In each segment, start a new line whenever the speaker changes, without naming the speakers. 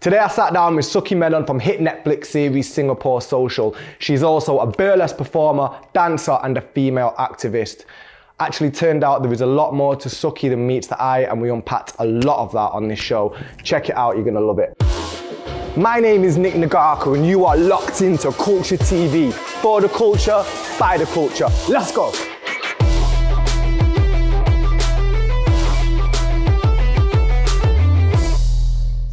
Today I sat down with Suki Menon from hit Netflix series Singapore Social. She's also a burlesque performer, dancer, and a female activist. Actually, turned out there is a lot more to Suki than meets the eye, and we unpacked a lot of that on this show. Check it out, you're gonna love it. My name is Nick Nagarko, and you are locked into Culture TV for the culture, by the culture. Let's go.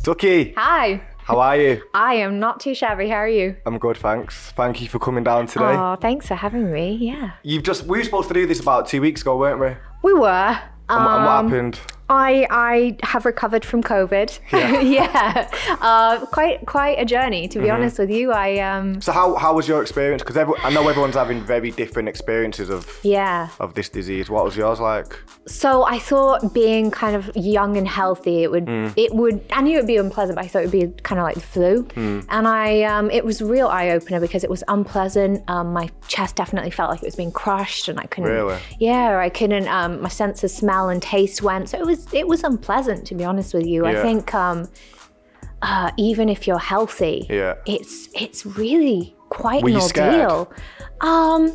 Suki,
Hi.
how are you?
I am not too shabby. How are you?
I'm good, thanks. Thank you for coming down today.
Oh, thanks for having me. Yeah.
You've just we were supposed to do this about two weeks ago, weren't we? And,
We were.
what- and what
Um,
happened?
I I have recovered from COVID.
Yeah.
Yeah. Uh, quite quite a journey, to be honest with you. I um
So how how was your experience? Because I know everyone's having very different experiences of
yeah.
of this disease. What was yours like?
So I thought being kind of young and healthy, it would,
Hmm.
it would, I knew it would be unpleasant, but I thought it would be kind of like the flu.
Hmm.
And I, um, it was a real eye opener because it was unpleasant. Um, my chest definitely felt like it was being crushed, and I couldn't.
Really?
Yeah, I couldn't. Um, my sense of smell and taste went. So it was, it was unpleasant to be honest with you.
Yeah.
I think um, uh, even if you're healthy,
Yeah.
it's it's really quite
Were
an
you scared?
ordeal. Um.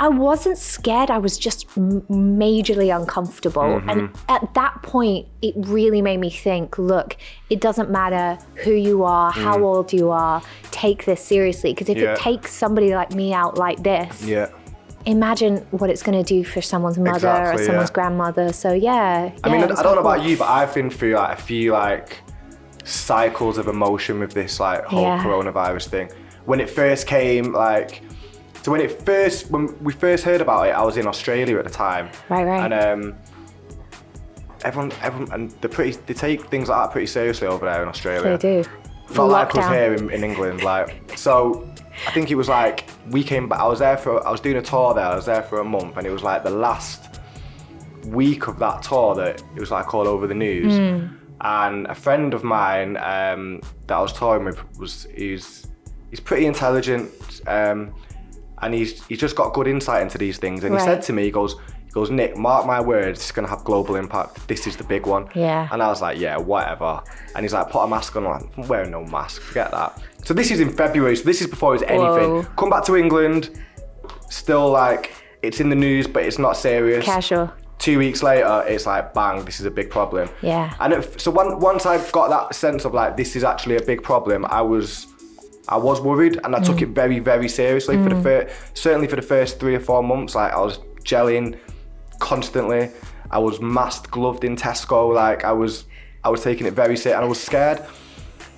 I wasn't scared. I was just m- majorly uncomfortable. And
Mm-hmm.
at that point, it really made me think look, it doesn't matter who you are, how old you are, take this seriously. Because if
Mm. Yeah.
it takes somebody like me out like this,
Yeah.
imagine what it's going to do for someone's mother
Exactly,
or someone's
yeah.
grandmother. So, yeah.
I mean, I, I don't know about you, but I've been through like a few like cycles of emotion with this like whole
Yeah.
coronavirus thing. When it first came, like, so when it first when we first heard about it, I was in Australia at the time.
Right, right.
And um, everyone, everyone, and they pretty they take things like that pretty seriously over there in Australia.
They do.
Not
Full
like us
lockdown.
here in, in England. Like, so I think it was like we came back. I was there for I was doing a tour there. I was there for a month, and it was like the last week of that tour that it was like all over the news.
Hmm.
And a friend of mine um, that I was touring with was he's he's pretty intelligent, um, and he's he's just got good insight into these things. And he said
Right.
to me, he goes. He goes, Nick, mark my words, it's gonna have global impact. This is the big one.
Yeah.
And I was like, yeah, whatever. And he's like, put a mask on. I'm like, I'm wearing no mask. Forget that. So this is in February. So this is before it's anything.
Whoa.
Come back to England. Still like, it's in the news, but it's not serious.
Casual.
Two weeks later, it's like, bang, this is a big problem.
Yeah.
And it, so one, once I got that sense of like, this is actually a big problem, I was. I was worried and I took it very, very seriously for the first, certainly for the first three or four months. Like I was gelling constantly. I was masked, gloved in Tesco. Like I was, I was taking it very serious and I was scared.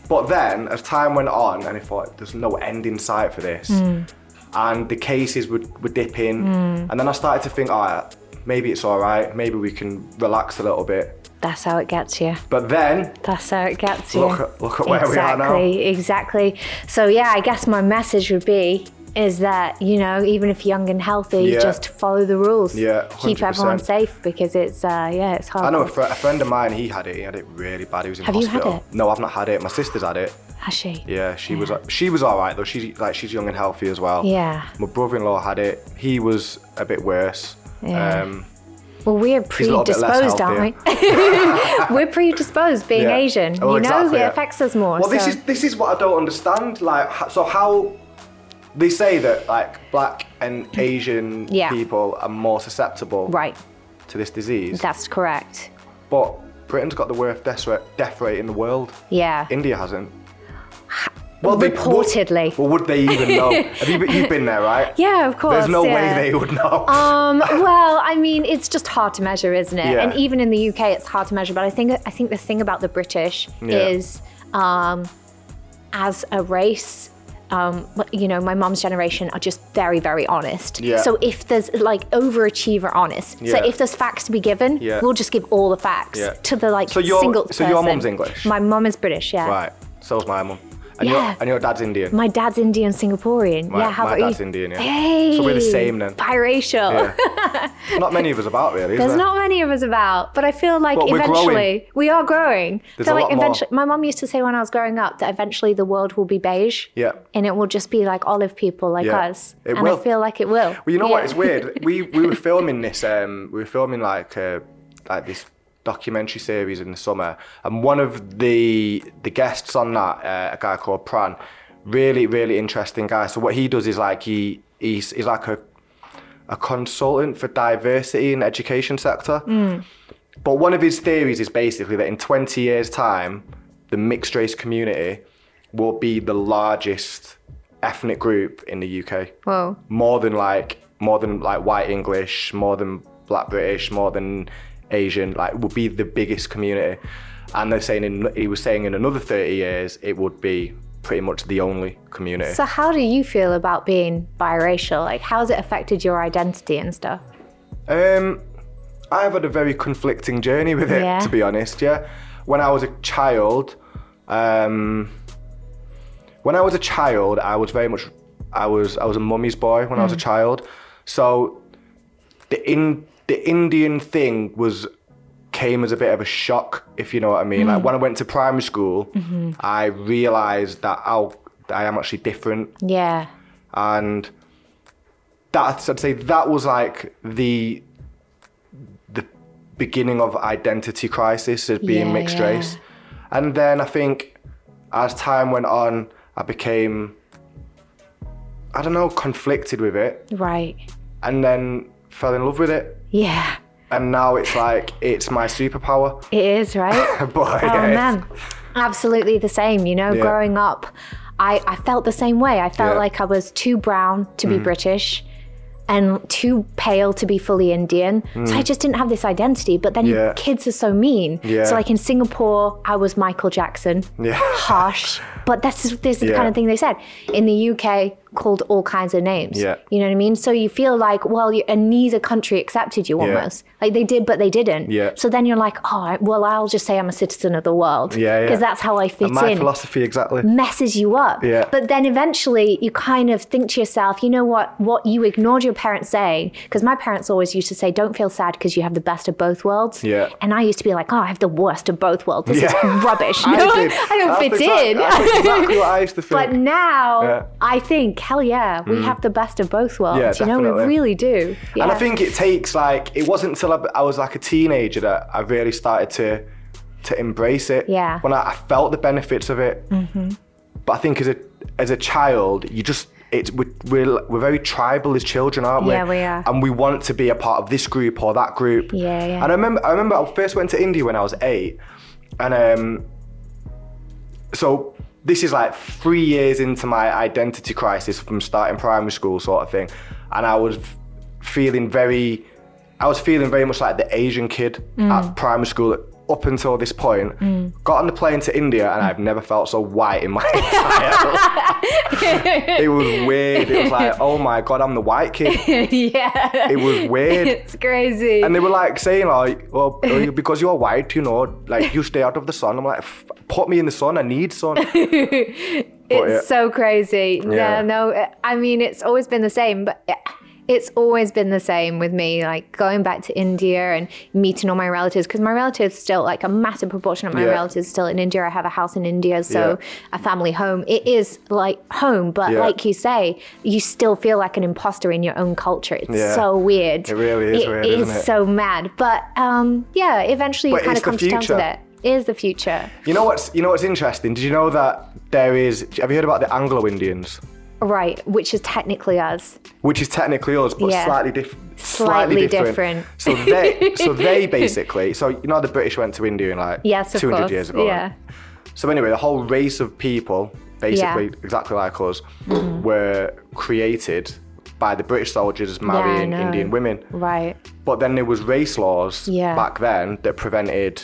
But then as time went on and I thought there's no end in sight for this. And the cases would, would dip in. And then I started to think, all right, maybe it's all right. Maybe we can relax a little bit.
That's how it gets you.
But then,
That's how it gets you.
Look at- look at where we are now.
exactly, Exactly. So yeah, I guess my message would be is that you know even if young and healthy,
Yeah.
just follow the rules.
Yeah,
Keep
100%.
everyone safe because it's uh, yeah, it's hard.
I know a, fr- a friend of mine, he had it. He had it really bad. He was in
Have you had
hospital.
it?
No, I've not had it. My sister's had it.
Has she?
Yeah, she was she was all right though. She's like she's young and healthy as well.
Yeah.
My brother-in-law had it. He was a bit worse.
Yeah.
Um,
Well, we're
a little bit less
predisposed, aren't we? we're predisposed being
Yeah.
Asian.
Well,
you know,
exactly,
it
yeah.
affects us more.
well, this
so-
is this is what I don't understand. Like, h- so how they say that like black and Asian
Yeah.
people are more susceptible
right.
to this disease,
That's correct.
but Britain's got the worst death rate, death rate in the world.
Yeah.
India hasn't.
Reportedly.
well, would they even know? Have you, been- you've been there, right?
yeah, of course.
There's no
yeah.
way they would know.
Um, well, I mean, it's just hard to measure, isn't it?
Yeah.
And even in the UK, it's hard to measure. But I think I think the thing about the British
Yeah.
is, um, as a race. Um, you know, my mom's generation are just very, very honest.
Yeah.
So if there's like overachiever honest,
Yeah.
so if there's facts to be given,
Yeah.
we'll just give all the facts
Yeah.
to the like
So your-
single
so your
person.
mum's English?
My mum is British, yeah.
right. So's my mum. And,
Yeah.
your, and your dad's Indian.
My dad's Indian Singaporean.
My-
yeah, how
my
about
dad's
you?
Indian, yeah.
Hey,
So we're the same then.
Biracial.
Yeah. not many of us about really. is
There's
there?
not many of us about, but I feel like
But we're growing.
eventually we are growing.
There's
I
a
feel like
lot more.
eventually, my mom used to say when I was growing up that eventually the world will be beige.
Yeah.
And it will just be like olive people like
Yeah.
us.
It
and
will.
I feel like it will.
Well, you know what?
Yeah.
It's weird. We we were filming this. Um, we were filming like uh, like this documentary series in the summer, and one of the the guests on that, uh, a guy called Pran, really really interesting guy. So what he does is like he he's, he's like a a consultant for diversity in education sector.
Hmm.
But one of his theories is basically that in 20 years' time, the mixed race community will be the largest ethnic group in the UK.
Whoa.
More than like more than like white English, more than black British, more than Asian, like will be the biggest community. And they're saying in he was saying in another 30 years it would be pretty much the only community.
So how do you feel about being biracial? Like how's it affected your identity and stuff?
Um, I've had a very conflicting journey with it,
Yeah.
to be honest. Yeah, when I was a child, um, when I was a child, I was very much, I was, I was a mummy's boy when I was a child. So the in the Indian thing was came as a bit of a shock, if you know what I mean. Like when I went to primary school, I realised that I'll, I am actually different
Yeah.
and that's I'd say that was like the the beginning of identity crisis as being
Yeah,
mixed
yeah.
race, and then I think as time went on, I became I don't know conflicted with it,
Right.
and then fell in love with it,
Yeah.
and now it's like it's my superpower.
It is, right?
but
Oh
yeah, it's-
man, absolutely the same. You know,
Yeah.
growing up, I, I felt the same way. I felt
Yeah. Mm.
like I was too brown to be British and too pale to be fully Indian. So I just didn't have this identity. But then
Mm. Yeah.
kids are so mean.
Yeah.
So like in Singapore, I was Michael Jackson.
Yeah.
Harsh. But this is this is the
Yeah.
kind of thing they said. In the UK, called all kinds of names.
Yeah.
You know what I mean? So you feel like, well, you, and neither country accepted you almost. Like they did, but they didn't.
Yeah.
So then you're like, oh, I- well, I'll just say I'm a citizen of the world.
Yeah, yeah.
Because that's how I fit
and my
in.
philosophy exactly.
Messes you up.
Yeah.
But then eventually you kind of think to yourself, you know what? What you ignored your parents saying, because my parents always used to say, don't feel sad because you have the best of both worlds.
Yeah.
And I used to be like, oh, I have the worst of both worlds. This
Yeah.
is rubbish.
I
No,
did.
I don't
That's
fit
exact-
in.
That's exactly what I used to feel.
But now
Yeah. Mm.
I think, hell yeah, we have the best of both worlds. you know, we
definitely.
really do.
And I
Yeah.
think it takes like it wasn't until I, I was like a teenager that I really started to to embrace it.
Yeah. Mm-hmm.
When I, I felt the benefits of it. But I think as a as a child, you just it's we're, we're we're very tribal as children, aren't we?
Yeah, we are.
And we want to be a part of this group or that group.
Yeah, yeah.
And I remember I remember I first went to India when I was eight, and um, so this is like three years into my identity crisis from starting primary school sort of thing and i was f- feeling very i was feeling very much like the asian kid
Mm.
at primary school up until this point got on the plane to india and i've never felt so white in my entire life it was weird it was like oh my god i'm the white kid
yeah.
it was weird
It's crazy.
and they were like saying, like, well, because you're white, you know, like you stay out of the sun. I'm like, "F- put me in the sun. I need sun.
it's
yeah.
so crazy.
Yeah.
Yeah. No, no. I mean, it's always been the same, but eh, it's always been the same with me. Like going back to India and meeting all my relatives, because my relatives still, like a massive proportion of my
Yeah.
relatives still in India. I have a house in India, so
Yeah.
a family home. It is like home, but
Yeah.
like you say, you still feel like an imposter in your own culture. It's
Yeah.
so weird.
It really is weird,
It
isn't it?
is so mad. But um, yeah, eventually
But
you kind
it's
of
the
come to terms with
future.
it. It is the future.
You know what's you know what's interesting? Did you know that there is have you heard about the Anglo Indians?
Right, which is technically us.
Which is technically us, but
Yeah.
slightly different.
Slightly different.
So they, so they basically, so you know, how the British went to India in like
Yes, of
200
course.
years ago.
Yeah.
So anyway, the whole race of people, basically exactly like us,
Mm-hmm.
were created by the British soldiers marrying
know.
Indian women.
Right.
But then there was race laws
Yeah.
back then that prevented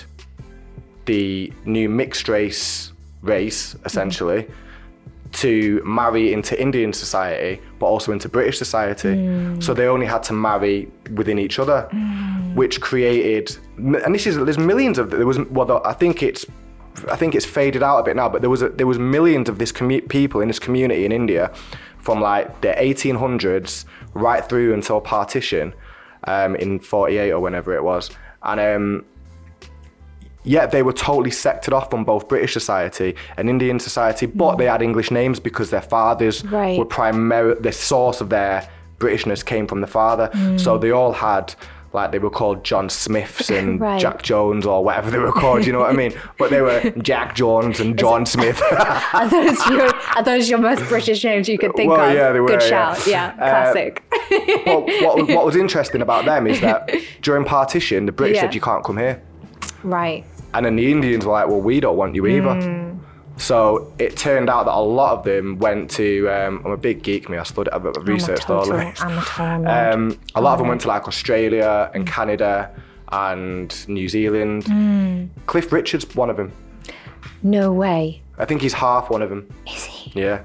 the new mixed race race essentially to marry into Indian society, but also into British society. So they only had to marry within each other, which created and this is there's millions of there was well I think it's I think it's faded out a bit now, but there was a, there was millions of this commu- people in this community in India from like the 1800s right through until partition um, in 48 or whenever it was, and um, yet they were totally sectored off from both British society and Indian society, but they had English names because their fathers
Right. Mm.
were primarily the source of their Britishness came from the father, so they all had like they were called John Smiths and
Right.
Jack Jones or whatever they were called. You know what I mean? But they were Jack Jones and John Smith.
Are those your are those your most British names you could think
Well,
of?
yeah, Uh, they were,
Good
yeah.
shout. Yeah, classic.
But what, what was interesting about them is that during partition, the British
Yeah.
said you can't come here,
right.
and then the Indians were like, "Well, we don't want you either."
Hmm.
So it turned out that a lot of them went to. Um, I'm a big geek, me. I studied. I've I've
I'm a
researched all of
total
this.
amateur. nerd.
Um, a lot of them went to like Australia
Hmm.
and Canada and New Zealand.
Hmm.
Cliff Richard's one of them.
no way.
I think he's half one of them.
Is he?
Yeah,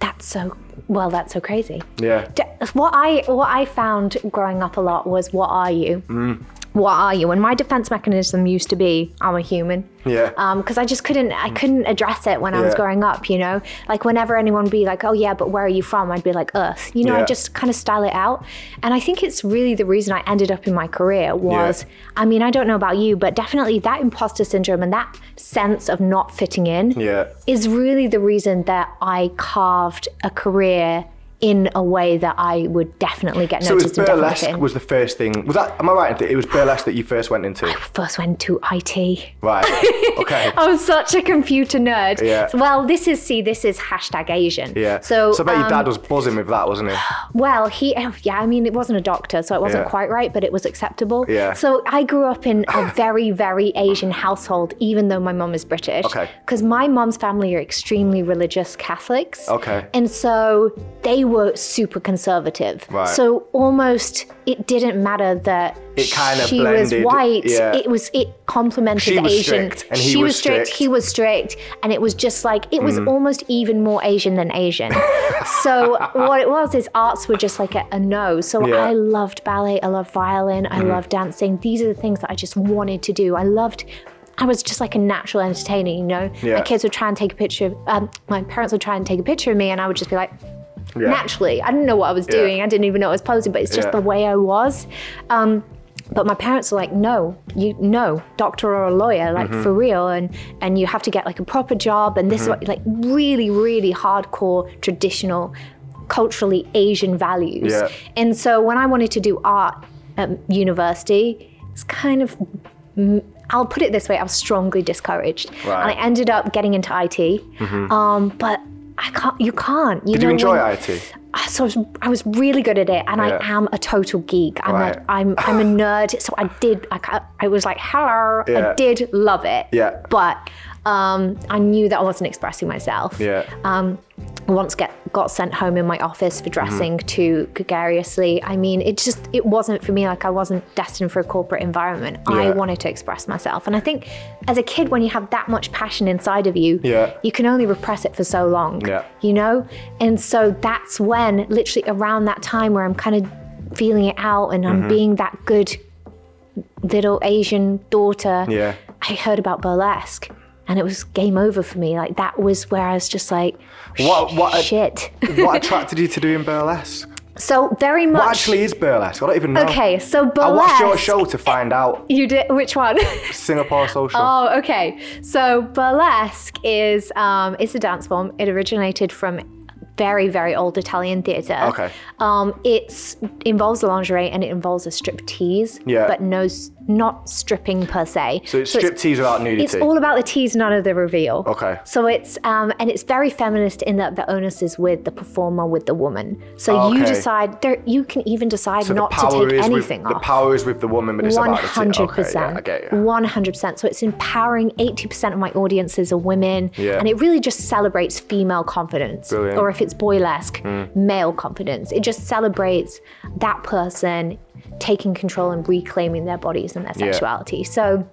That's so. Well, that's so crazy.
yeah.
D- What I what I found growing up a lot was what are you?
Mm.
What are you? And my defense mechanism used to be I'm a human.
Yeah. Mm.
Because Um, I just couldn't I couldn't address it when I was
Yeah.
growing up. You know, like whenever anyone would be like, oh yeah, but where are you from? I'd be like Earth. You know, I
Yeah.
just kind of style it out. And I think it's really the reason I ended up in my career was. I mean, I don't know about you, but definitely that imposter syndrome and that sense of not fitting in
yeah.
is really the reason that I carved a career in a way that I would definitely get
So it was
noticed and definitely fit
burlesque
in.
was the first thing. Was that? Am I right? in th- It was burlesque that you first went into.
First went to IT.
Right. Okay.
I'm such a computer nerd.
Yeah.
Well, this is see, this is hashtag Asian.
Yeah.
So,
so I bet
um,
your dad was buzzing with that, wasn't he?
Well, he, oh, yeah, I mean, it wasn't a doctor, so it wasn't
Yeah.
quite right, but it was acceptable.
Yeah.
So I grew up in a very, very Asian household, even though my mum is British.
Okay.
Because my mum's family are extremely religious Catholics.
Okay.
And so they were super conservative.
Right.
So almost it didn't matter that
It kinda
she was
blended,
white.
yeah.
It was it complemented
She was
Asian.
strict and he
she
was
was strict,
strict.
he was strict, and it was just like it
Mm.
was almost even more Asian than Asian. so what it was is arts were just like a, a no. So
Yeah. Mm-hmm.
I loved ballet, I loved violin, I loved dancing. These are the things that I just wanted to do. I loved I was just like a natural entertainer, you know.
Yeah.
My kids would try and take a picture of um, my parents would try and take a picture of me and I would just be like
Yeah.
naturally. I didn't know what I was doing. I didn't even know I was posing, but it's just
Yeah.
the way I was. Um, but my parents were like, no, you no, doctor or a lawyer, like
Mm-hmm.
for real, and and you have to get like a proper job, and this is what like
Mm-hmm.
really, really hardcore traditional, culturally Asian values.
Yeah.
And so when I wanted to do art at university, it's kind of. mm, I'll put it this way: I was strongly discouraged, and
Right. Mm-hmm.
I ended up getting into IT. Um, but I can't. You can't. You
Did
know,
you enjoy
when-
IT?
I- so I was, I was really good at it, and I
Yeah.
am a total geek. I'm
Right.
a, I'm I'm a nerd, so I did I, ca- I was like, hello,
Yeah.
I did love it.
Yeah.
But um, I knew that I wasn't expressing myself.
Yeah.
Um, I once get got sent home in my office for
Mm-hmm.
dressing too gregariously. I mean, it just it wasn't for me. Like I wasn't destined for a corporate environment. I
Yeah.
wanted to express myself, and I think as a kid, when you have that much passion inside of you,
Yeah.
you can only repress it for so long
Yeah.
you know? And so that's when, literally around that time where I'm kind of feeling it out and
Mm-hmm.
I'm being that good little Asian daughter,
Yeah.
I heard about burlesque and it was game over for me. Like that was where I was just like,
What- what a-
shit.
what attracted you to doing burlesque?
so very
What
much.
actually is burlesque? I don't even know.
okay, so
I watched
burlesque.
your show to find out
You did, which one?
Singapore social.
Oh, okay. So burlesque is um, it's a dance form. It originated from very very old Italian theatre.
Okay.
Um, it's involves a lingerie and it involves a strip tease.
Yeah.
But no, s- not stripping per se.
so it's striptease without nudity.
It's all about the tease, none of the reveal.
Okay.
So it's um, and it's very feminist in that the onus is with the performer, with the woman. So you
Oh, Okay.
decide. There, you can even decide
So the
not to
power
take
is
anything
with,
off.
The power is with the woman, but it's
One
about the tit.
hundred
Okay, yeah, I
percent.
get you.
One hundred percent. So it's empowering. Eighty percent of my audiences are women,
Yeah.
and it really just celebrates female confidence.
Brilliant. Hmm.
Or if it's boylesque, male confidence. It just celebrates that person taking control and reclaiming their bodies and their sexuality. So.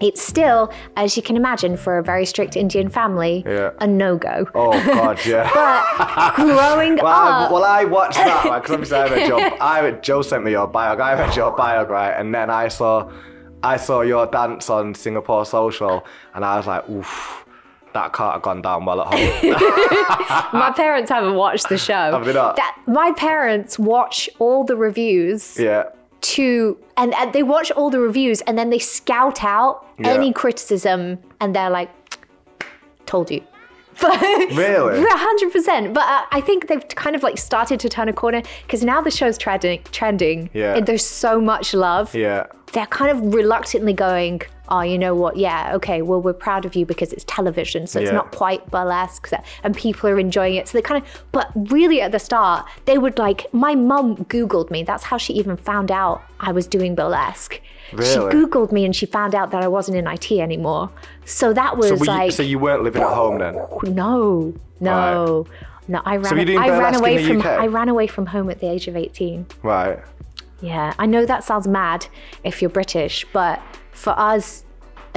It's still, as you can imagine, for a very strict Indian family,
Yeah.
a no go.
Oh God, yeah.
But uh, growing
Well,
up,
I, well, I watched that because obviously I have a job. I Joe sent me your biog. I read your biog, right? And then I saw, I saw your dance on Singapore Social, and I was like, oof, that can't have gone down well at home.
my parents haven't watched the show.
Have they not?
That, my parents watch all the reviews
yeah,
to and, and they watch all the reviews and then they scout out
Yeah.
any criticism and they're like told you But
Really?
hundred percent. But uh, I think they've kind of like started to turn a corner because now the show's trending. Trending.
Yeah.
And there's so much love.
Yeah.
They're kind of reluctantly going. Oh, you know what? Yeah, okay. Well, we're proud of you because it's television, so it's
Yeah.
not quite burlesque, so- and people are enjoying it. So they kind of, but really at the start, they would like. My mum Googled me. That's how she even found out I was doing burlesque. She
Really?
Googled me and she found out that I wasn't in IT anymore. So that was
So, were you,
like.
so you weren't living at home then?
No, no, no. I ran.
were you doing
I ran
burlesque in
away
the
from.
UK?
I ran away from home at the age of eighteen.
Right.
Yeah, I know that sounds mad if you're British, but for us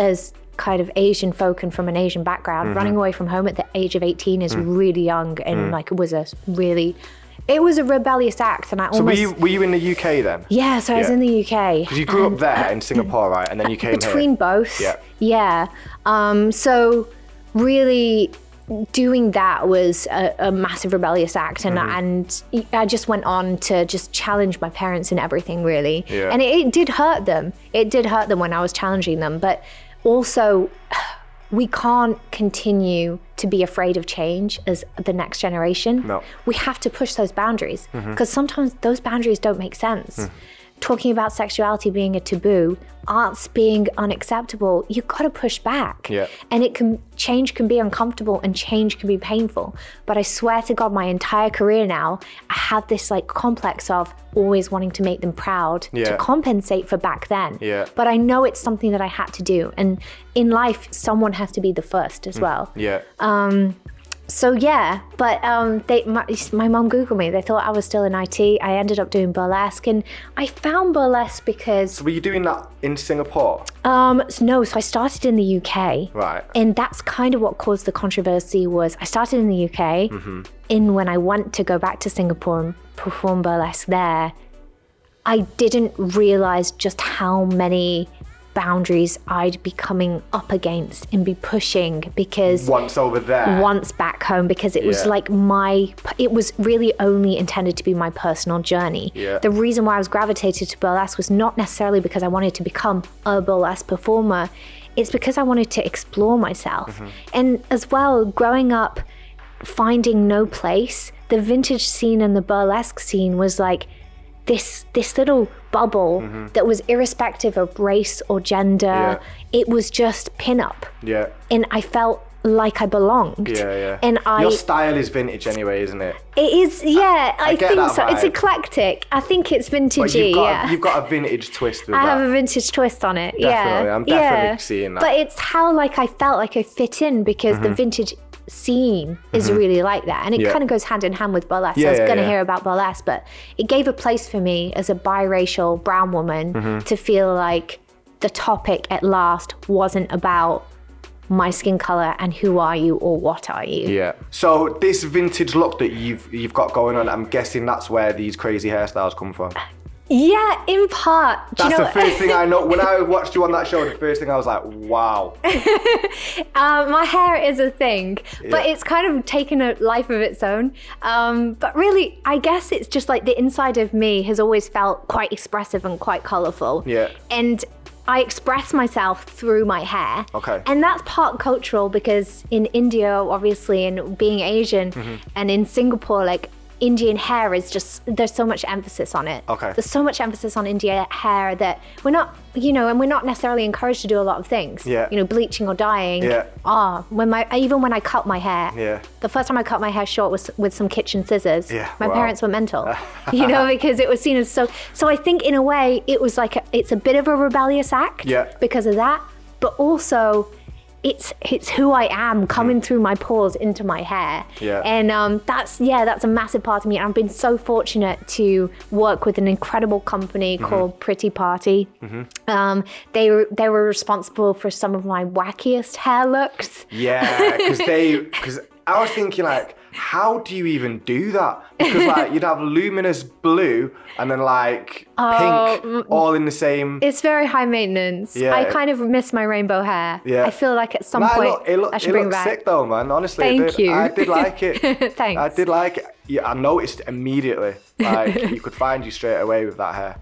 as kind of Asian folk and from an Asian background,
Mm-hmm.
running away from home at the age of eighteen is
Mm.
really young and like it was a really. It was a rebellious act, and I
Were
almost.
you were you in the UK then?
yeah, so I was
Yeah.
in the UK.
Because you grew up there in Singapore, right? And then you came
between
here.
both.
Yeah.
Yeah. Um, so really doing that was a, a massive rebellious act and
Mm-hmm.
and I just went on to just challenge my parents and everything really.
Yeah.
And it, it did hurt them. It did hurt them when I was challenging them, but also we can't continue to be afraid of change as the next generation.
No. Mm-hmm.
We have to push those boundaries because sometimes those boundaries don't make sense.
Mm.
Talking about sexuality being a taboo, arts being unacceptable, you've got to push back.
Yeah.
And it can change can be uncomfortable and change can be painful. But I swear to God, my entire career now, I have this like complex of always wanting to make them proud
Yeah.
to compensate for back then.
Yeah.
But I know it's something that I had to do. And in life, someone has to be the first as well.
Yeah.
So yeah, but um, they my, my mom googled me. They thought I was still in IT. I ended up doing burlesque, and I found burlesque because
were you doing that in Singapore?
um, s- no. So I started in the UK,
Right.
and that's kind of what caused the controversy. Was I started in the UK, and when I went to go back to Singapore and perform burlesque there, I didn't realize just how many boundaries I'd be coming up against and be pushing because
Once over there.
once back home because it was
Yeah.
like my it was really only intended to be my personal journey
Yeah.
the reason why i was gravitated to burlesque was not necessarily because i wanted to become a burlesque performer it's because i wanted to explore myself
Mm-hmm.
and as well growing up finding no place the vintage scene and the burlesque scene was like this this little bubble
Mm-hmm.
that was irrespective of race or gender
Yeah.
it was just pinup
Yeah.
and I felt like I belonged.
Yeah, yeah.
And I,
Your style is vintage anyway, isn't it?
it is, yeah, I,
get
think
that
so. It's
vibe.
eclectic. I think it's
But
vintagey,
you've got
yeah.
you've got a vintage twist with
I
that.
have a vintage twist on it.
Definitely,
yeah.
I'm definitely
yeah.
seeing that. Mm-hmm.
But it's how like I felt like I fit in because the vintage scene is really like that. And it
Yeah.
kind of goes hand in hand with burlesque.
Yeah,
I was
yeah,
gonna
yeah.
hear about burlesque, but it gave a place for me as a biracial brown woman
Mm-hmm.
to feel like the topic at last wasn't about my skin color and who are you or what are you.
yeah. So this vintage look that you've you've got going on, I'm guessing that's where these crazy hairstyles come from.
Yeah, in part. Do
That's
you know,
the first thing I know. When I watched you on that show, the first thing I was like, wow.
uh, my hair is a thing, but
Yeah.
it's kind of taken a life of its own. Um, but really, I guess it's just like the inside of me has always felt quite expressive and quite colourful.
Yeah.
And I express myself through my hair.
Okay.
And that's part cultural because in India, obviously, and being Asian,
Mm-hmm.
and in Singapore, like Indian hair is just there's so much emphasis on it.
Okay.
There's so much emphasis on India hair that we're not, you know, and we're not necessarily encouraged to do a lot of things.
Yeah.
You know, bleaching or dyeing.
Yeah.
Ah, when my even when I cut my hair.
Yeah.
The first time I cut my hair short was with some kitchen scissors.
Yeah,
My
wow.
parents were mental. you know, because it was seen as so. So I think in a way it was like a, it's a bit of a rebellious act.
Yeah.
Because of that, but also. It's it's who I am coming through my pores into my hair,
Mm. Yeah.
and um, that's yeah, that's a massive part of me. And I've been so fortunate to work with an incredible company
Mm-hmm.
called Pretty Party. Um, they were they were responsible for some of my wackiest hair looks.
Yeah, because they because I was thinking like, how do you even do that? Because like you'd have luminous blue and then like
Oh,
pink all in the same.
It's very high maintenance.
Yeah.
I kind of miss my rainbow hair.
Yeah.
I feel like at some
Nah, it
point
look- it look-
I should
it
bring
looked
back.
sick though, man. Honestly, it
Thank
did.
you.
I did like it.
Thanks.
I did like it. Yeah, I noticed immediately. Like you could find you straight away with that hair.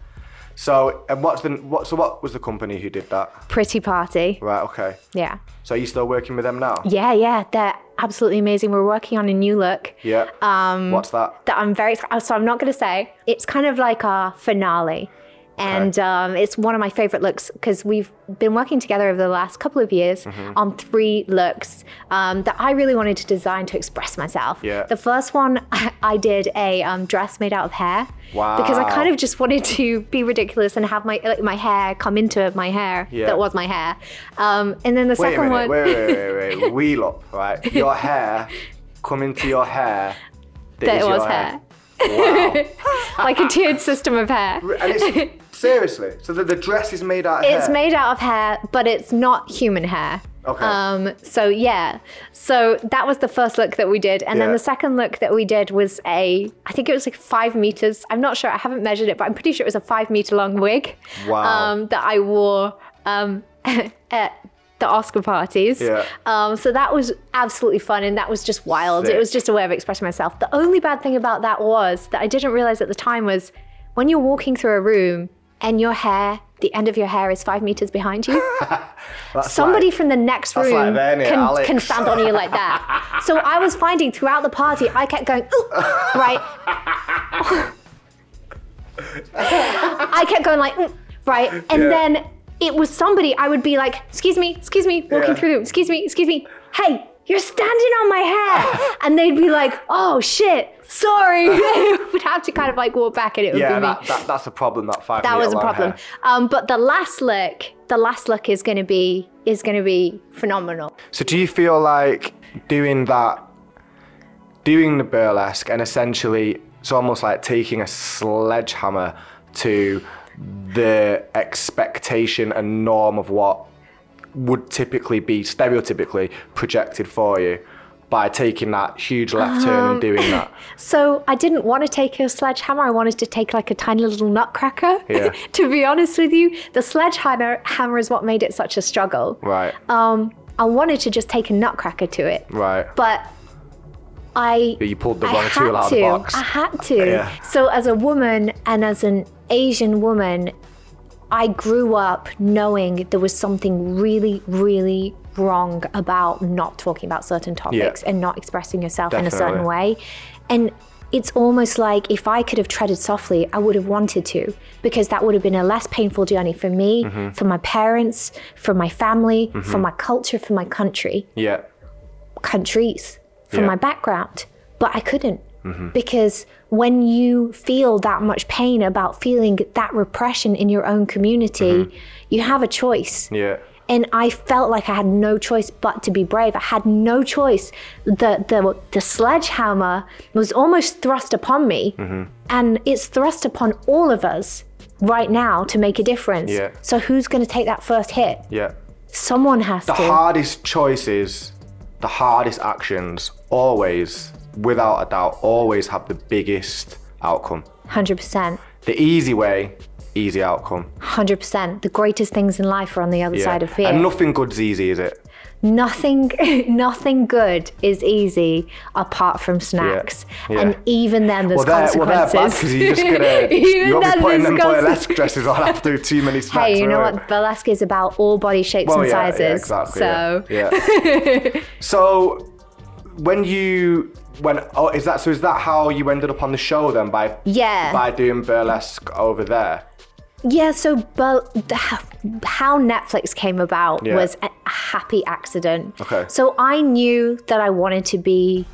So and what's the what? So what was the company who did that?
Pretty party.
Right. Okay.
Yeah.
So are you still working with them now?
Yeah, yeah, they're absolutely amazing. We're working on a new look
Yeah. Um. What's that?
that I'm very excited. So I'm not going to say. It's kind of like our finale. And um, it's one of my favorite looks because we've been working together over the last couple of years
Mm-hmm.
on three looks um, that I really wanted to design to express myself.
Yeah.
The first one, I, I did a um, dress made out of hair because I
Wow.
kind of just wanted to be ridiculous and have my like, my hair come into my hair
Yeah.
that was my hair. Um, and then the
Wait a
second
minute.
one,
Wait, wait, wait, wait, wait. Wheel up. Right. Your hair. Come into your hair. That
that
is
it was
your
hair,
Wow.
like a tiered system of hair.
And it's seriously. So the, the dress is made out of
It's
hair?
made out of hair, but it's not human hair.
Okay.
Um, so yeah, so that was the first look that we did, and then
Yeah.
the second look that we did was a, I think it was like five meters. I'm not sure. I haven't measured it, but I'm pretty sure it was a five meter long wig.
Wow.
Um, that I wore um, at the Oscar parties.
Yeah.
Um, so that was absolutely fun, and that was just wild.
Sick.
It was just a way of expressing myself. The only bad thing about that was that I didn't realize at the time was when you're walking through a room and your hair, the end of your hair is five meters behind you.
That's
Somebody
like-
from the next
that's
room
like there, innit,
can,
Alex?
can stand on you like that. So I was finding throughout the party, I kept going, ooh, right. I kept going like, "Mm," right. And
Yeah.
then it was somebody I would be like, excuse me, excuse me, walking
Yeah.
through them, excuse me, excuse me, hey, you're standing on my hair. and they'd be like, oh shit, sorry. would have to kind of like walk back and it would
yeah,
be me
that, that, that's a problem. That five.
that
meter
was a
long
problem.
hair.
Um, but the last look, the last look is going to be is going to be phenomenal.
So do you feel like doing that, doing the burlesque, and essentially it's almost like taking a sledgehammer to the expectation and norm of what would typically be stereotypically projected for you by taking that huge left turn
Um,
and doing that.
So I didn't want to take a sledgehammer. I wanted to take like a tiny little nutcracker.
Yeah.
to be honest with you, the sledgehammer hammer is what made it such a struggle.
Right.
Um, I wanted to just take a nutcracker to it,
right.
but I
But you pulled the
I
wrong
had
tool out of
to.
the box.
I had to.
Yeah.
So as a woman and as an Asian woman, I grew up knowing there was something really, really wrong about not talking about certain topics and not expressing yourself in a certain way. And it's almost like if I could have treaded softly, I would have wanted to, because that would have been a less painful journey for me,
Mm-hmm.
for my parents, for my family, for my culture, for my country
yeah.
countries from
Yeah. Mm-hmm.
my background, but I couldn't. Because when you feel that much pain about feeling that repression in your own community, you have a choice.
Mm-hmm. Yeah.
And I felt like I had no choice but to be brave. I had no choice. The the, the sledgehammer was almost thrust upon me,
Mm-hmm.
and it's thrust upon all of us right now to make a difference.
Yeah.
So who's going to take that first hit?
Yeah.
Someone has
the
to.
hardest choices, the hardest actions, always, without a doubt, always have the biggest outcome.
Hundred percent.
The easy way, easy outcome.
Hundred percent. The greatest things in life are on the other
Yeah.
side of fear.
And nothing good's easy, is it?
nothing, nothing good is easy apart from snacks,
Yeah.
and even then there's
Well, they're, well, they're bad
consequences.
because you're just gonna
Even
you're gonna
then
be putting
there's
them
consequences.
burlesque dresses on after too many snacks.
Hey, you know
won't
what? Burlesque is about all body shapes
Well,
and
yeah, yeah,
sizes.
exactly,
so
yeah, yeah. so when you when oh is that so is that how you ended up on the show then by
Yeah.
by doing burlesque over there?
Yeah, so but how Netflix came about
Yeah.
was a a happy accident.
Okay.
So I knew that I wanted to be,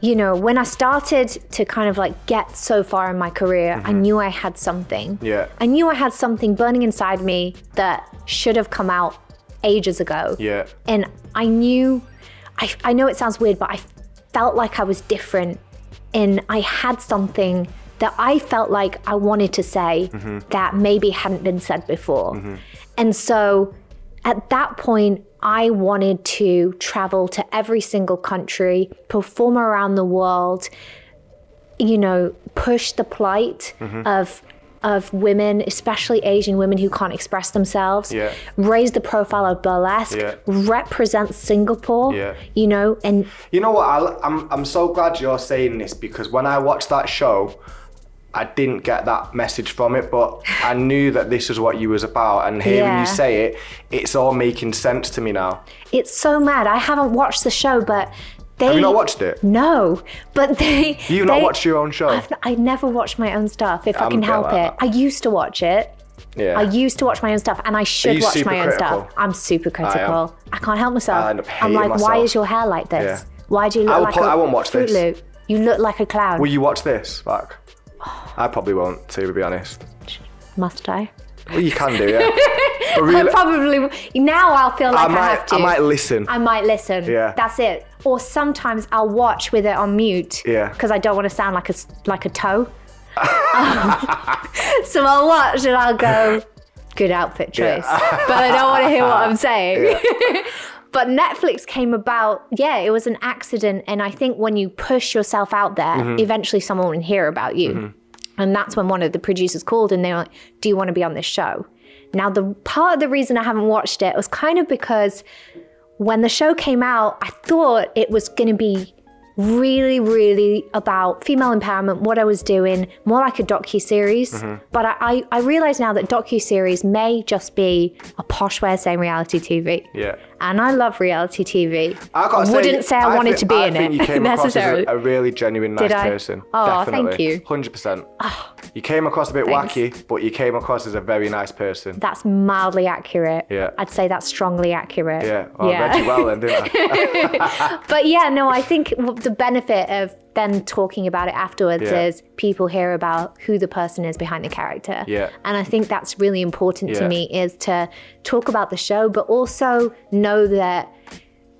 you know, when I started to kind of like get so far in my career, I knew I had something.
Mm-hmm. Yeah.
I knew I had something burning inside me that should have come out ages ago.
Yeah.
And I knew, I, I know it sounds weird, but I felt like I was different and I had something that I felt like I wanted to say that maybe hadn't been said before. And so at that point, I wanted to travel to every single country, perform around the world, you know, push the plight of of women, especially Asian women who can't express themselves,
Yeah.
raise the profile of burlesque,
Yeah.
represent Singapore,
Yeah.
you know, and
You know what? I, am I'm so glad you're saying this because when I watched that show, I didn't get that message from it, but I knew that this is what you was about. And hearing
Yeah.
you say it, it's all making sense to me now.
It's so mad. I haven't watched the show, but they.
Have you not watched it?
No, but they.
You've not
they-
watched your own show.
I've, n- I never watch my own stuff if i
I'm
can
a bit
help
like
it.
that.
I used to watch it.
yeah.
I used to watch my own stuff, and I should
you
watch
super
my own stuff.
critical?
I'm super critical. I, can't help myself.
I end up
am
hating
like, why
myself.
is your hair like this?
Yeah.
Why do you look
will
like
pro-
a
I won't watch
Fruit
this.
Loop? You look like a clown.
Will you watch this back? I probably won't, to be honest.
Must I?
Well, you can do, yeah. but
I
really,
probably now. I'll feel
I
like I, have
might,
to.
I might listen.
I might listen.
Yeah.
That's it. Or sometimes I'll watch with it on mute.
Yeah.
Because I don't want to sound like a s- like a toe. Um, so I'll watch and I'll go, good outfit choice. but I don't want to hear what I'm saying. but Netflix came about. Yeah, it was an accident, and I think when you push yourself out there,
Mm-hmm.
eventually someone will hear about you. And that's when one of the producers called and they were like, Do you want to be on this show? Now, the part of the reason I haven't watched it was kind of because when the show came out, I thought it was going to be really, really about female empowerment, what I was doing, more like a docu series.
Mm-hmm.
But I, I, I realize now that docu series may just be a posh way of saying reality TV.
yeah.
And I love reality TV.
I gotta
wouldn't say I, wanted
thi-
to be
I
in
think
it
you came
necessarily.
across as a, a really genuine, nice
Did I?
person.
Oh, thank
Definitely.
you. Ah.
100%. you came across a bit
Thanks.
wacky, but you came across as a very nice person.
that's mildly accurate.
Yeah.
I'd say that's strongly accurate.
Yeah. Well, I read you well then, didn't I?
but yeah, no, I think w- the benefit of then talking about it afterwards
Yeah.
is people hear about who the person is behind the character.
Yeah.
And I think that's really important to
Yeah.
me is to talk about the show, but also know that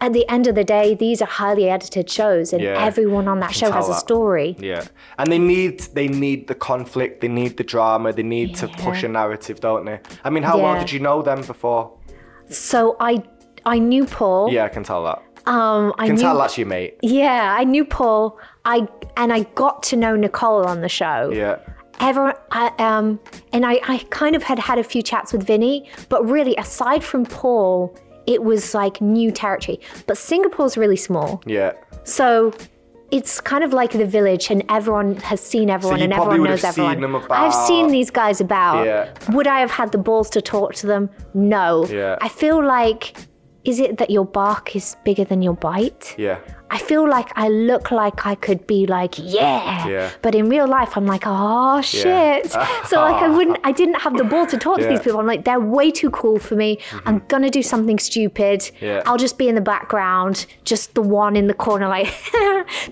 at the end of the day, these are highly edited shows and
Yeah.
everyone on that show has
tell
a
that.
story.
Yeah, and they need they need the conflict, they need the drama, they need to push a narrative, don't they? I mean, how well
Yeah.
did you know them before?
So I I knew Paul.
Yeah, I can tell that.
Um I
I can
knew
tell that's your mate.
Yeah, I knew Paul. I and I got to know Nicole on the show.
Yeah,
Everyone, I, um, and I, I kind of had had a few chats with Vinny, but really, aside from Paul, it was like new territory. But Singapore's really small,
yeah.
so it's kind of like the village, and everyone has seen everyone,
you
and
probably
everyone
would
knows
have seen
everyone.
them about-
I've seen these guys about.
Yeah.
Would I have had the balls to talk to them? No.
Yeah.
I feel like, is it that your bark is bigger than your bite?
Yeah,
I feel like I look like I could be like, yeah.
Yeah.
But in real life, I'm like, oh,
Yeah.
shit. so, like, I wouldn't, I didn't have the ball to talk to these
Yeah. Mm-hmm.
people. I'm like, they're way too cool for me. I'm going to do something stupid.
Yeah.
I'll just be in the background, just the one in the corner, like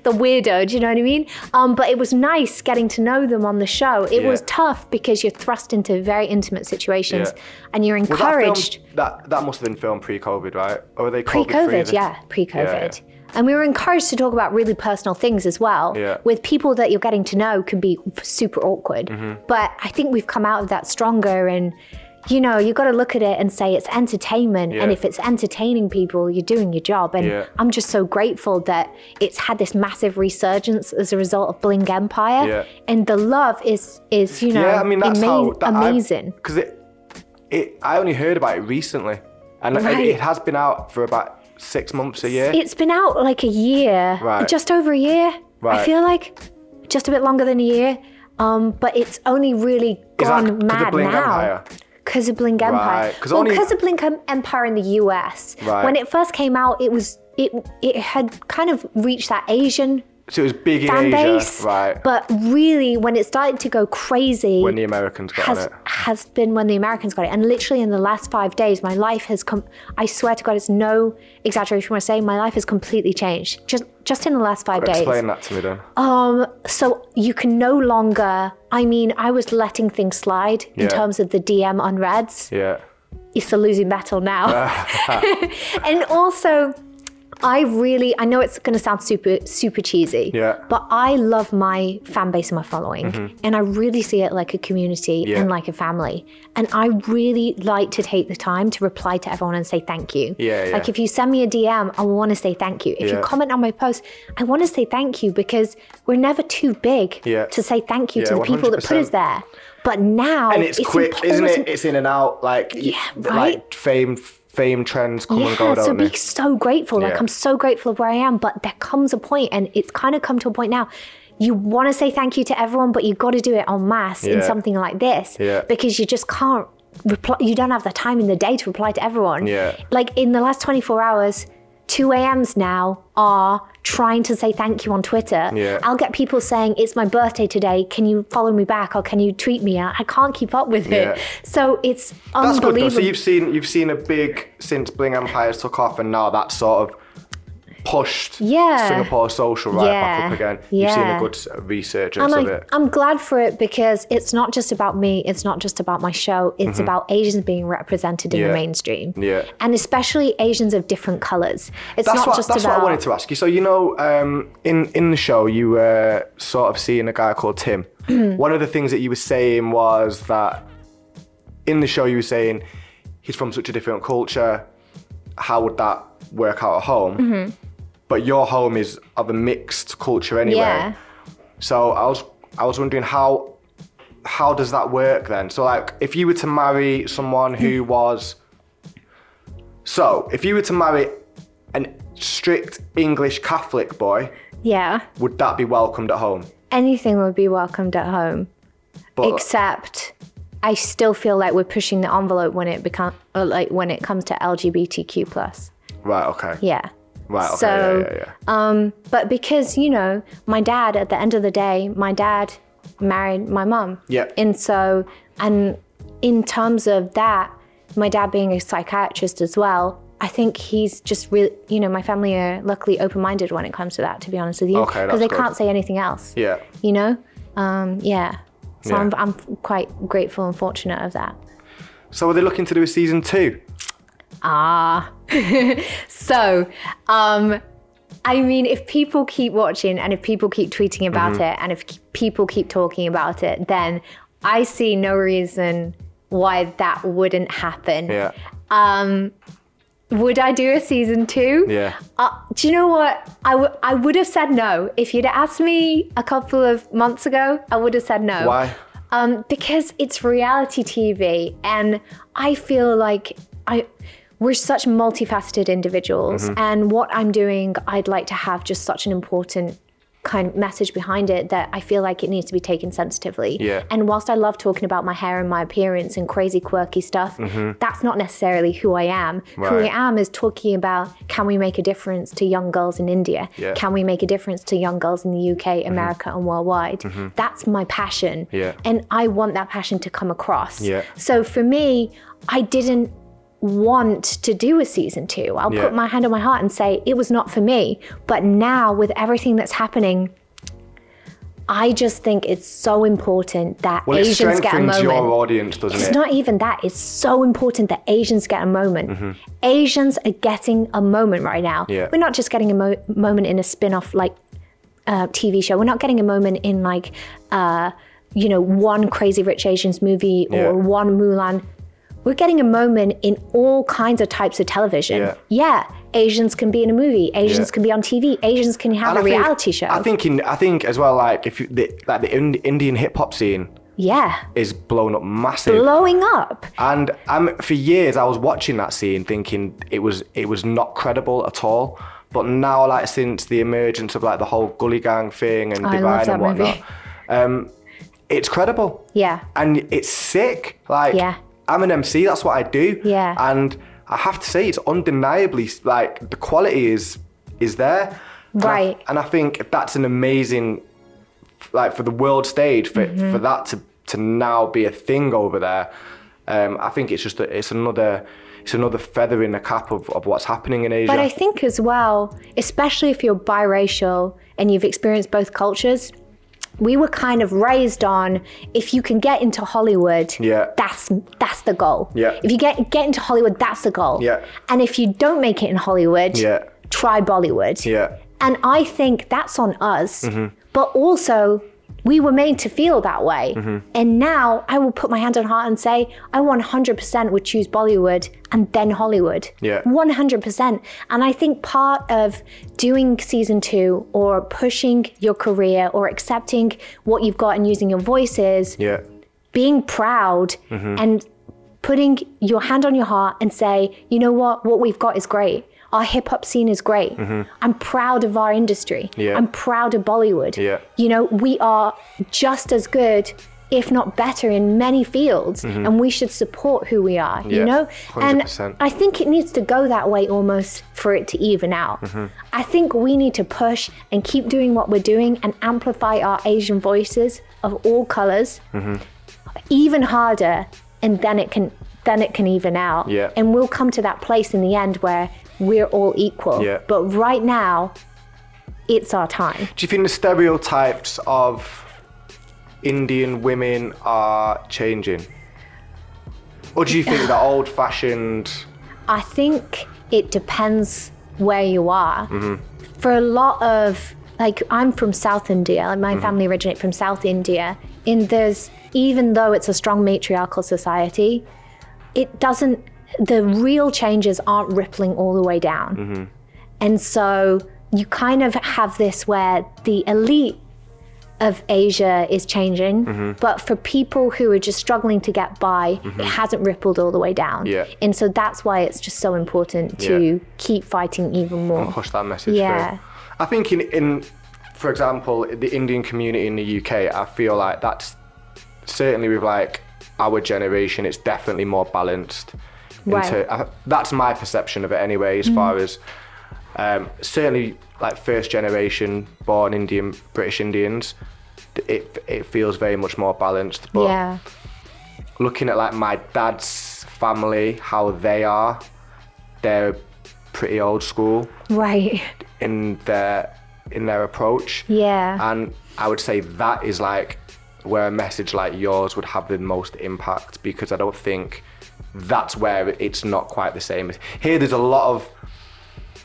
the weirdo. Do you know what I mean? Um, but it was nice getting to know them on the show. It
Yeah.
was tough because you're thrust into very intimate situations
Yeah.
and you're
Was that filmed-
encouraged.
That that must have been filmed pre-COVID, right? Or are they COVID-free
Pre-COVID,
then?
yeah, pre-COVID.
Yeah,
And we were encouraged to talk about really personal things as well
Yeah.
with people that you're getting to know can be super awkward.
Mm-hmm.
But I think we've come out of that stronger and you know, you got to look at it and say it's entertainment and
Yeah.
if it's entertaining people, you're doing your job and
Yeah.
I'm just so grateful that it's had this massive resurgence as a result of Bling Empire
Yeah.
and the love is is you know
Yeah, I mean that's
ama-
how that
amazing.
Because it it I only heard about it recently, and it-
Right.
it, has been out for about six months a year.
It's been out like a year,
Right.
just over a year. I
Right.
feel like just a bit longer than a year. Um, but it's only really
Is that
gone
'cause of
mad
Blink
now.
Empire?
Because of Blink Empire.
Right, 'cause
well,
only-
because of Blink Em- Empire in the US.
Right.
When it first came out, it was it it had kind of reached that Asian
so it was big in
fan
Asia,
base.
right?
But really, when it started to go crazy,
when the Americans got on
has
it,
has been when the Americans got it. And literally in the last five days, my life has come. I swear to God, it's no exaggeration when I say my life has completely changed. Just just in the last five days.
explain that to me then.
Um, so you can no longer. I mean, I was letting things slide in
Yeah.
terms of the DM on Reds
Yeah,
it's a losing battle now. and also, I really, I know it's going to sound super, super cheesy,
Yeah. Mm-hmm.
but I love my fan base and my following. And I really see it like a community
Yeah.
and like a family. And I really like to take the time to reply to everyone and say thank you.
Yeah, yeah.
Like if you send me a DM, I want to say thank you. If you
Yeah.
comment on my post, I want to say thank you because we're never too big
Yeah.
to say thank you to
Yeah,
the people that put us
100%.
there. But now
and it's, quick,
impo-
isn't
almost
it? It's in and out, like y-
Yeah,
th-
right?
like fame, f- fame trends come and go,
yeah,
don't
so
they?
be so grateful. Like
Yeah.
I'm so grateful of where I am, but there comes a point, and it's kind of come to a point now. You want to say thank you to everyone, but you got to do it en masse in
Yeah.
something like this
Yeah.
because you just can't reply. You don't have the time in the day to reply to everyone.
Yeah.
Like in the last 24 hours, 2 a.m.s now are trying to say thank you on Twitter.
Yeah.
I'll get people saying, It's my birthday today. Can you follow me back or can you tweet me? I I can't keep up with it.
Yeah.
So it's
That's good though.
unbelievable.
So you've seen you've seen a big since Bling Empires took off, and now that's sort of pushed
Yeah.
Singapore social right back up
Yeah.
again. You've seen a
Yeah.
good s- resurgence
I'm
of
like,
it.
I'm glad for it because it's not just about me. It's not just about my show. It's about Asians being represented in
Mm-hmm. Yeah.
the mainstream.
Yeah.
And especially Asians of different colors. It's
That's
not
what
just
that's
about.
what I wanted to ask you. So you know, um, in in the show, you were sort of seeing a guy called Tim. One of the things that you were saying was that in the show you were saying he's from such a different culture. How would that work out at home?
Mm-hmm.
But your home is of a mixed culture anyway.
yeah.
So I was I was wondering how how does that work then? So like if you were to marry someone who
Hmm.
was so if you were to marry an strict English Catholic boy,
Yeah.
would that be welcomed at home?
Anything would be welcomed at home.
But
except I still feel like we're pushing the envelope when it become uh, like when it comes to LGBTQ plus.
right, okay,
Yeah.
right, okay,
so-
yeah, yeah, yeah.
But because you know, my dad at the end of the day, my dad married my mum.
Yeah.
And so, and in terms of that, my dad being a psychiatrist as well. I think he's just really, you know, my family are luckily open minded when it comes to that, to be honest with you.
Okay, that's
Because they
good.
can't say anything else,
yeah.
you know? Um, yeah. So
Yeah.
I'm, I'm quite grateful and fortunate of that.
So are they looking to do a season two?
So, um, I mean, if people keep watching and if people keep tweeting about
Mm-hmm.
it and if ke- people keep talking about it, then I see no reason why that wouldn't happen.
Yeah,
Would I do a season two?
yeah,
Uh, do you know what? I, w- I would have said no. If you'd asked me a couple of months ago, I would have said no.
Why?
Um, because it's reality TV, and I feel like I we're such multifaceted individuals,
Mm-hmm.
and what I'm doing, I'd like to have just such an important kind of message behind it that I feel like it needs to be taken sensitively.
Yeah.
And whilst I love talking about my hair and my appearance and crazy quirky stuff, that's not necessarily who I am. Who
Mm-hmm. Right.
I am is talking about can we make a difference to young girls in India?
Yeah. Mm-hmm.
Can we make a difference to young girls in the UK, America, and worldwide? That's my passion.
Yeah.
And I want that passion to come across.
Yeah.
So for me, I didn't want to do a season two. I'll
Yeah.
put my hand on my heart and say it was not for me. But now, with everything that's happening, I just think it's so important that
Well, it
Asians get a
strengthens
moment.
your audience, doesn't
It's
it?
not even that. It's so important that Asians get a moment. Asians are getting a moment right now.
Mm-hmm. Yeah.
We're not just getting a mo- moment in a spin off like uh, TV show. We're not getting a moment in like, uh, you know, one Crazy Rich Asians movie or
Yeah.
one Mulan. We're getting a moment in all kinds of types of television.
Yeah.
Asians can be in a movie. Asians
Yeah.
can be on TV. Asians can have
And
a
I think-
reality show.
I think in I think as well like if you, the, like the Ind- Indian hip hop scene
yeah.
is blown up massive.
Blowing up.
And um, for years, I was watching that scene, thinking it was it was not credible at all. But now, like since the emergence of like the whole Gully Gang thing and
I love
Divine
that
and whatnot,
movie.
um, it's credible.
Yeah.
And it's sick. Like
Yeah.
I'm an MC. That's what I do.
Yeah.
And I have to say, it's undeniably like the quality is is there. And I-
Right.
and I think that's an amazing like for the world stage for,
Mm-hmm.
for that to to now be a thing over there um i think it's just a, it's another it's another feather in the cap of, of what's happening in asia
But I think as well, especially if you're biracial and you've experienced both cultures, we were kind of raised on if you can get into Hollywood,
Yeah.
that's that's the goal.
Yeah.
If you get get into Hollywood, that's the goal.
Yeah.
And if you don't make it in Hollywood,
Yeah.
try Bollywood.
yeah
And I think that's on us. But also, we were made to feel that way. And now I will put my hand on heart and say, I 100% would choose Bollywood and then Hollywood.
Yeah.
100%. And I think part of doing season two or pushing your career or accepting what you've got and using your voice is
yeah
being proud and putting your hand on your heart and say, you know what, what we've got is great. Our hip hop scene is great. I'm proud of our industry.
Mm-hmm. Yeah.
I'm proud of Bollywood.
Yeah.
You know, we are just as good, if not better, in many fields, and we should support who we are. You
Mm-hmm. Yeah,
know, and
100%.
I think it needs to go that way almost for it to even out.
Mm-hmm.
I think we need to push and keep doing what we're doing and amplify our Asian voices of all colors even harder, and then it can then it can even out.
Yeah.
And we'll come to that place in the end where we're all equal.
Yeah.
But right now, it's our time.
Do you think the stereotypes of Indian women are changing? Or do you think the old fashioned.
I think it depends where you are. For a lot of like I'm from South India, and my family originate from South India, and there's even though it's a strong matriarchal society, it doesn't the real changes aren't rippling all the way down. And so you kind of have this where the elite of Asia is changing, but for people who are just struggling to get by, it hasn't rippled all the way down.
Yeah.
And so that's why it's just so important to keep fighting even more.
push that message
Yeah.
through. I think in, in for example, the Indian community in the UK, I feel like that's certainly with like our generation, it's definitely more balanced. in
Right. Mm-hmm.
ter- I- that's my perception of it anyway, as far as um, certainly like first generation born Indian, British Indians, it, it feels very much more balanced. But
Yeah.
looking at like my dad's family, how they are, they're pretty old school
Right.
in their in their approach.
Yeah.
And I would say that is like where a message like yours would have the most impact because I don't think that's where it's not quite the same. Here there's a lot of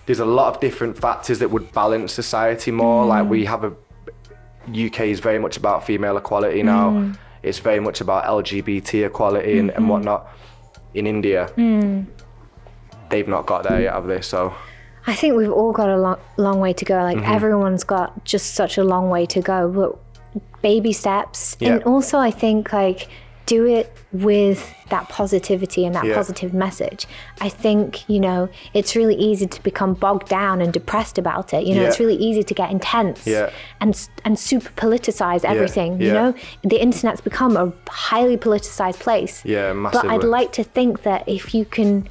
there's a lot of different factors that would balance society more.
Mm.
Like we have a UK is very much about female equality now.
Mm.
It's very much about LGBT equality and,
Mm-hmm.
and whatnot. In India,
Mm.
they've not got there yet, have they? So
I think we've all got a long, long way to go. Like
Mm-hmm.
everyone's got just such a long way to go, but baby steps. And
Yeah.
also, I think like do it with that positivity and that
Yeah.
positive message. I think you know it's really easy to become bogged down and depressed about it. You know,
Yeah.
it's really easy to get intense
Yeah.
and s- and super politicize everything. You
yeah.
know, the internet's become a highly politicized place.
yeah,
But
massively.
I'd like to think that if you can,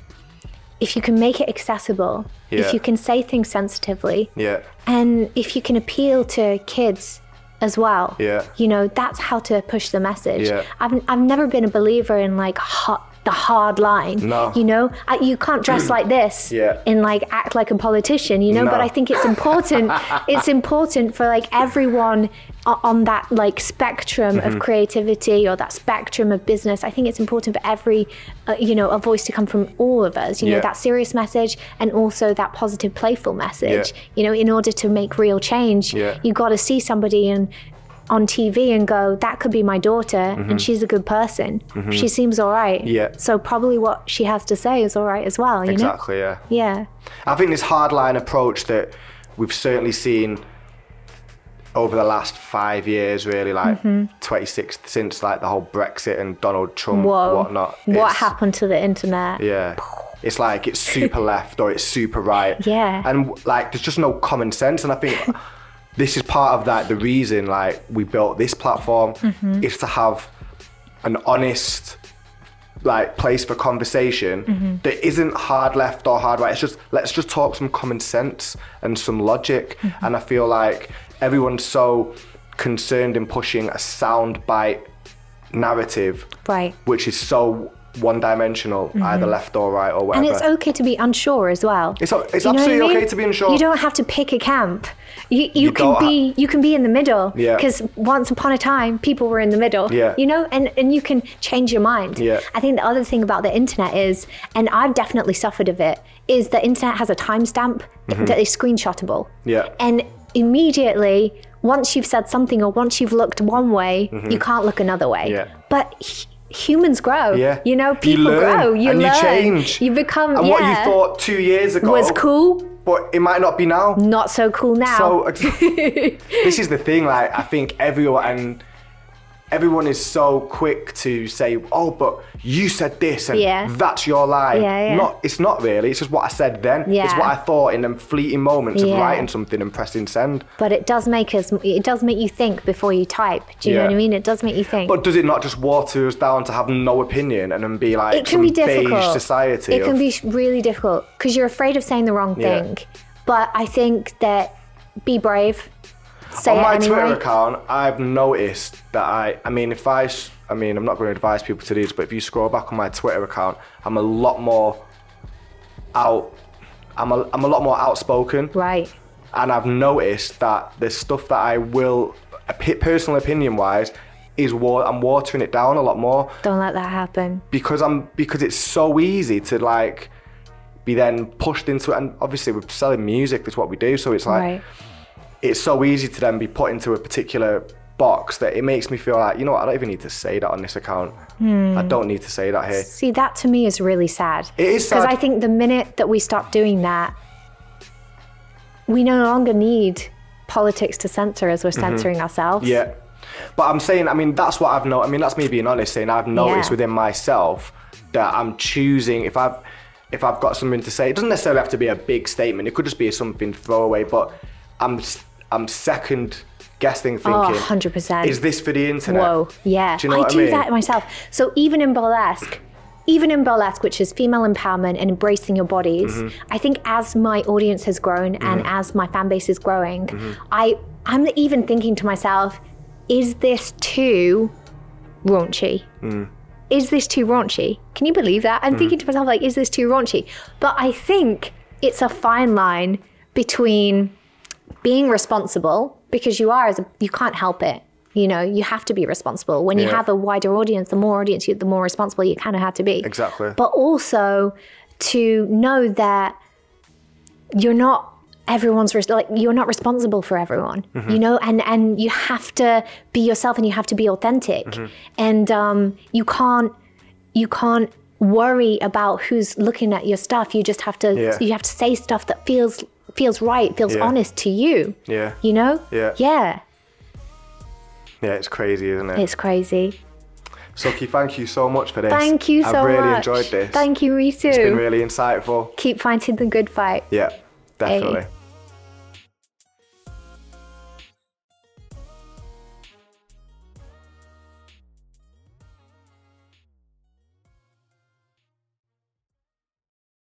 if you can make it accessible,
Yeah.
if you can say things sensitively,
yeah.
and if you can appeal to kids as well,
Yeah.
you know that's how to push the message.
Yeah.
I've I've never been a believer in like ha- the hard line.
No.
You know, I, you can't dress like this
Yeah.
and like act like a politician. You know,
No.
but I think it's important. it's important for like everyone o- on that like spectrum
Mm-hmm.
of creativity or that spectrum of business. I think it's important for every, uh, you know, a voice to come from all of us. You
Yeah.
know, that serious message and also that positive, playful message. You know, in order to make real change,
Yeah.
you got to see somebody and on TV and go, that could be my daughter, and she's a good person. She seems all right.
Mm-hmm. Yeah.
So probably what she has to say is all right as well. You
Exactly, yeah.
know. Yeah.
I think this hardline approach that we've certainly seen over the last five years, really, like
Mm-hmm.
26, since like the whole Brexit and Donald Trump
Whoa.
whatnot.
What
it's-
happened to the internet?
Yeah. It's like it's super left or it's super right.
Yeah.
And like there's just no common sense. And I think this is part of that, the reason like we built this platform is to have an honest like place for conversation that isn't hard left or hard right. It's just let's just talk some common sense and some logic. And I feel like everyone's so concerned in pushing a sound bite narrative
Right.
which is so one dimensional, either left or right or
Mm-hmm. And
whatever.
it's okay to be unsure as well.
It's o- it's
You know what I
absolutely
mean?
okay to be unsure.
You don't have to pick a camp. You, you,
You
can
don't
be you can be in the middle.
Yeah.
Because once upon a time, people were in the middle.
Yeah.
You know, and and you can change your mind.
Yeah.
I think the other thing about the internet is, and I've definitely suffered of it, is the internet has a timestamp that is screenshotable.
Mm-hmm. Yeah.
And immediately, once you've said something or once you've looked one way, you can't look another way.
Mm-hmm. Yeah.
But. H- Humans grow.
yeah,
You know, people
learn
grow. You
and
learn.
you change.
You become.
and
yeah
what you thought two years ago
was cool,
but it might not be now.
not so cool now.
So ex- this is the thing. Like I think everyone, and everyone is so quick to say, "Oh, but you said this, and
Yeah.
that's your lie."
Yeah, yeah.
Not, it's not really. It's just what I said then. It's
Yeah.
what I thought in them fleeting moments of
Yeah.
writing something and pressing send.
But it does make us. It does make you think before you type. Do you know
Yeah.
what I mean? It does make you think.
But does it not just water us down to have no opinion and then be like
it can be
some beige
difficult.
society?
It
of,
can be sh- really difficult because you're afraid of saying the wrong
Yeah.
thing. But I think that be brave. Say
on
it
my
anyway.
Twitter account, I've noticed that I, I mean, if I, s- I mean, I'm not going to advise people to do this, but if you scroll back on my Twitter account, I'm a lot more out, I'm a, I'm a lot more outspoken,
Right.
and I've noticed that the stuff that I will, opi- personal opinion wise, is wa- I'm watering it down a lot more
Don't let that happen.
because I'm because it's so easy to like be then pushed into it, and obviously we're selling music, that's what we do, so it's like
right.
it's so easy to then be put into a particular box that it makes me feel like you know what I don't even need to say that on this account.
Hmm.
I don't need to say that here.
See, that to me is really sad.
It is
Because
sad.
I think the minute that we stop doing that, we no longer need politics to censor as we're censoring ourselves.
Mm-hmm. Yeah. But I'm saying, I mean, that's what I've noticed. I mean, that's me being honest, saying I've noticed
Yeah.
within myself that I'm choosing if I've if I've got something to say. It doesn't necessarily have to be a big statement. It could just be something throwaway. But I'm s- I'm second guessing, thinking,
Oh, 100%.
is this for the internet?
Whoa, yeah.
Do you know
I
what I
do
mean?
that myself. So even in burlesque, even in burlesque, which is female empowerment and embracing your bodies,
Mm-hmm.
I think as my audience has grown and as my fan base is growing,
Mm-hmm.
I I'm even thinking to myself, is this too raunchy? Is this too raunchy? Can you believe that?
Hmm.
I'm thinking to myself, like, is this too raunchy? But I think it's a fine line between being responsible because you are as a, you can't help it you know you have to be responsible when you
Yeah.
have a wider audience the more audience you the more responsible you kind of have to be
Exactly.
but also to know that you're not everyone's res- like you're not responsible for everyone
Mm-hmm.
you know and and you have to be yourself and you have to be authentic
Mm-hmm.
and um you can't you can't worry about who's looking at your stuff you just have to
Yeah.
you have to say stuff that feels feels right feels
Yeah.
honest to you
yeah.
you know
Yeah.
yeah
Yeah, it's crazy, isn't it?
it's crazy
Suki, thank you so much for this.
thank you so
I've really
much
enjoyed this.
thank you me
It's been
too
really insightful.
keep fighting the good fight
Yeah, definitely.